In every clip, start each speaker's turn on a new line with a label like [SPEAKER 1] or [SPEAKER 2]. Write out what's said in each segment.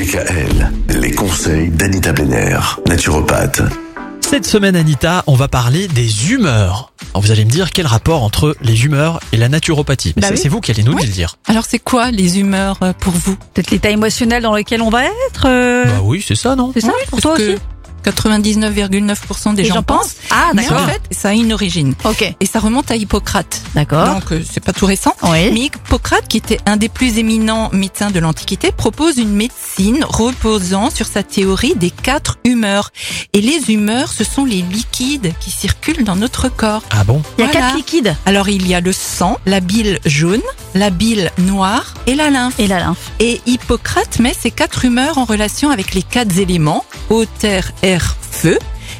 [SPEAKER 1] DKL, les conseils d'Anita Benner, naturopathe.
[SPEAKER 2] Cette semaine, Anita, on va parler des humeurs. Alors vous allez me dire quel rapport entre les humeurs et la naturopathie. Mais
[SPEAKER 3] Bah
[SPEAKER 2] ça,
[SPEAKER 3] oui.
[SPEAKER 2] c'est vous qui allez nous
[SPEAKER 3] Oui.
[SPEAKER 2] le dire.
[SPEAKER 3] Alors c'est quoi les humeurs euh, pour vous
[SPEAKER 4] Peut-être l'état émotionnel dans lequel on va être. euh,
[SPEAKER 2] Bah oui, c'est ça, non
[SPEAKER 4] c'est ça
[SPEAKER 3] Oui,
[SPEAKER 4] pour toi
[SPEAKER 3] parce que
[SPEAKER 4] aussi
[SPEAKER 3] 99,9% des
[SPEAKER 4] Les
[SPEAKER 3] gens pensent.
[SPEAKER 4] Ah
[SPEAKER 3] Mais en
[SPEAKER 4] d'accord.
[SPEAKER 3] fait, ça a une origine.
[SPEAKER 4] Ok.
[SPEAKER 3] Et ça remonte à Hippocrate.
[SPEAKER 4] D'accord.
[SPEAKER 3] Donc euh, c'est pas tout récent.
[SPEAKER 4] Oui.
[SPEAKER 3] Mais Hippocrate, qui était un des plus éminents médecins de l'Antiquité, propose une médecine reposant sur sa théorie des quatre humeurs. Et les humeurs, ce sont les liquides qui circulent dans notre corps.
[SPEAKER 2] Ah bon
[SPEAKER 4] Il y a
[SPEAKER 3] Voilà.
[SPEAKER 4] quatre liquides
[SPEAKER 3] Alors il y a le sang, la bile jaune, la bile noire et la lymphe.
[SPEAKER 4] et la lymphe.
[SPEAKER 3] Et Hippocrate met ces quatre humeurs en relation avec les quatre éléments, eau, terre, air, feu,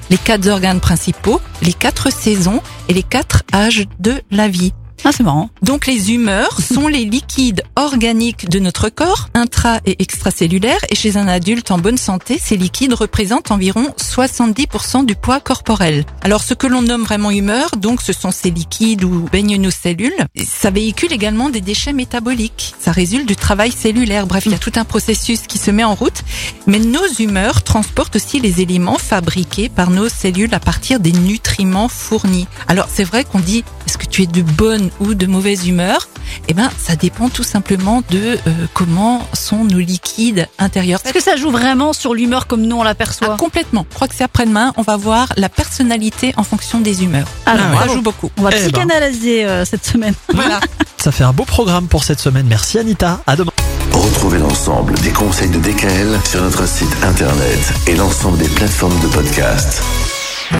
[SPEAKER 3] les quatre organes principaux, les quatre saisons et les quatre âges de la vie.
[SPEAKER 4] Ah c'est marrant.
[SPEAKER 3] Donc les humeurs sont les liquides organiques de notre corps, intra et extracellulaires, et chez un adulte en bonne santé, ces liquides représentent environ 70% du poids corporel. Alors ce que l'on nomme vraiment humeur, donc ce sont ces liquides où baignent nos cellules, ça véhicule également des déchets métaboliques. Ça résulte du travail cellulaire, bref, il y a tout un processus qui se met en route, mais nos humeurs transportent aussi les éléments fabriqués par nos cellules à partir des nutriments fournis. Alors c'est vrai qu'on dit est-ce que tu es de bonne ou de mauvaise humeur Eh ben, ça dépend tout simplement de euh, comment sont nos liquides intérieurs.
[SPEAKER 4] Est-ce que ça joue vraiment sur l'humeur comme nous on
[SPEAKER 3] Ah,
[SPEAKER 4] l'aperçoit
[SPEAKER 3] complètement. Je crois que c'est après-demain, on va voir la personnalité en fonction des humeurs.
[SPEAKER 4] Alors,
[SPEAKER 3] ça
[SPEAKER 4] Ah, bravo.
[SPEAKER 3] joue beaucoup.
[SPEAKER 4] On va
[SPEAKER 2] Eh ben.
[SPEAKER 4] psychanalyser euh, cette semaine.
[SPEAKER 3] Voilà.
[SPEAKER 2] Ça fait un beau programme pour cette semaine. Merci, Anita. À demain.
[SPEAKER 1] Retrouvez l'ensemble des conseils de DKL sur notre site internet et l'ensemble des plateformes de podcast.